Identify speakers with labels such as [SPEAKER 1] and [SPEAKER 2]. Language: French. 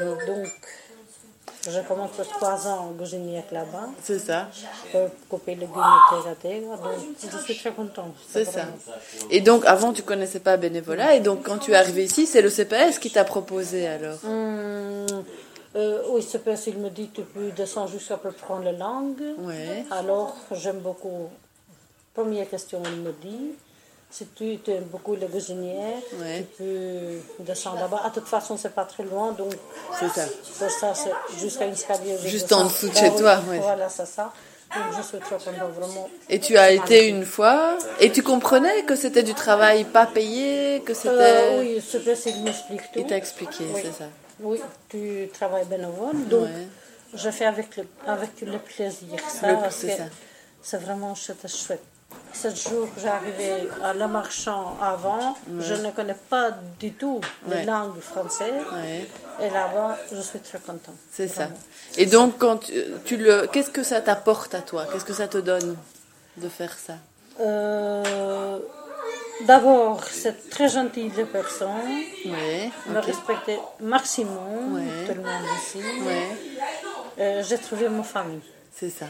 [SPEAKER 1] Euh, Donc, je commence pour trois ans que j'ai mis là-bas. euh,
[SPEAKER 2] C'est ça.
[SPEAKER 1] Pour couper le guinée à terre. Donc, je suis très contente.
[SPEAKER 2] C'est ça. Et donc, avant, tu connaissais pas bénévolat. Et donc, quand tu es arrivé ici, c'est le CPS qui t'a proposé alors.
[SPEAKER 1] Hum, euh, oui, ce père, il me dit tu peux descendre jusqu'à pour prendre la langue.
[SPEAKER 2] Ouais.
[SPEAKER 1] Alors, j'aime beaucoup. Première question, il me dit si tu tu aimes beaucoup la cuisinière,
[SPEAKER 2] Ouais.
[SPEAKER 1] tu peux descendre là-bas. Ah, De toute façon, c'est pas très loin, donc
[SPEAKER 2] C'est ça.
[SPEAKER 1] pour ça, c'est jusqu'à une escalier. je
[SPEAKER 2] Juste
[SPEAKER 1] descends.
[SPEAKER 2] en dessous de
[SPEAKER 1] Ah
[SPEAKER 2] chez
[SPEAKER 1] oui,
[SPEAKER 2] toi, ouais.
[SPEAKER 1] Voilà, c'est ça. Donc, je suis très contente, vraiment.
[SPEAKER 2] Et tu as été une fois. Et tu comprenais que c'était du travail pas payé, que c'était.
[SPEAKER 1] Euh, oui, ce père, il m'explique tout.
[SPEAKER 2] Il t'a expliqué,
[SPEAKER 1] Oui.
[SPEAKER 2] c'est ça.
[SPEAKER 1] Oui, tu travailles bénévole, donc
[SPEAKER 2] Ouais.
[SPEAKER 1] je fais avec le, avec le plaisir. Ça,
[SPEAKER 2] Le-
[SPEAKER 1] parce
[SPEAKER 2] c'est
[SPEAKER 1] que
[SPEAKER 2] ça.
[SPEAKER 1] c'est vraiment chouette, chouette. Sept jours, j'arrivais à Le Marchand avant, je ne connais pas du tout
[SPEAKER 2] Ouais.
[SPEAKER 1] la langue française.
[SPEAKER 2] Ouais.
[SPEAKER 1] Et là-bas, je suis très contente.
[SPEAKER 2] C'est ça.
[SPEAKER 1] vraiment.
[SPEAKER 2] Et donc, quand tu, tu le, qu'est-ce que ça t'apporte à toi Qu'est-ce que ça te donne de faire ça
[SPEAKER 1] Euh, D'abord, c'est très gentil les personnes,
[SPEAKER 2] Oui.
[SPEAKER 1] me respecter maximum,
[SPEAKER 2] Ouais.
[SPEAKER 1] tout le monde ici.
[SPEAKER 2] Ouais.
[SPEAKER 1] Euh, J'ai trouvé ma famille.
[SPEAKER 2] C'est ça.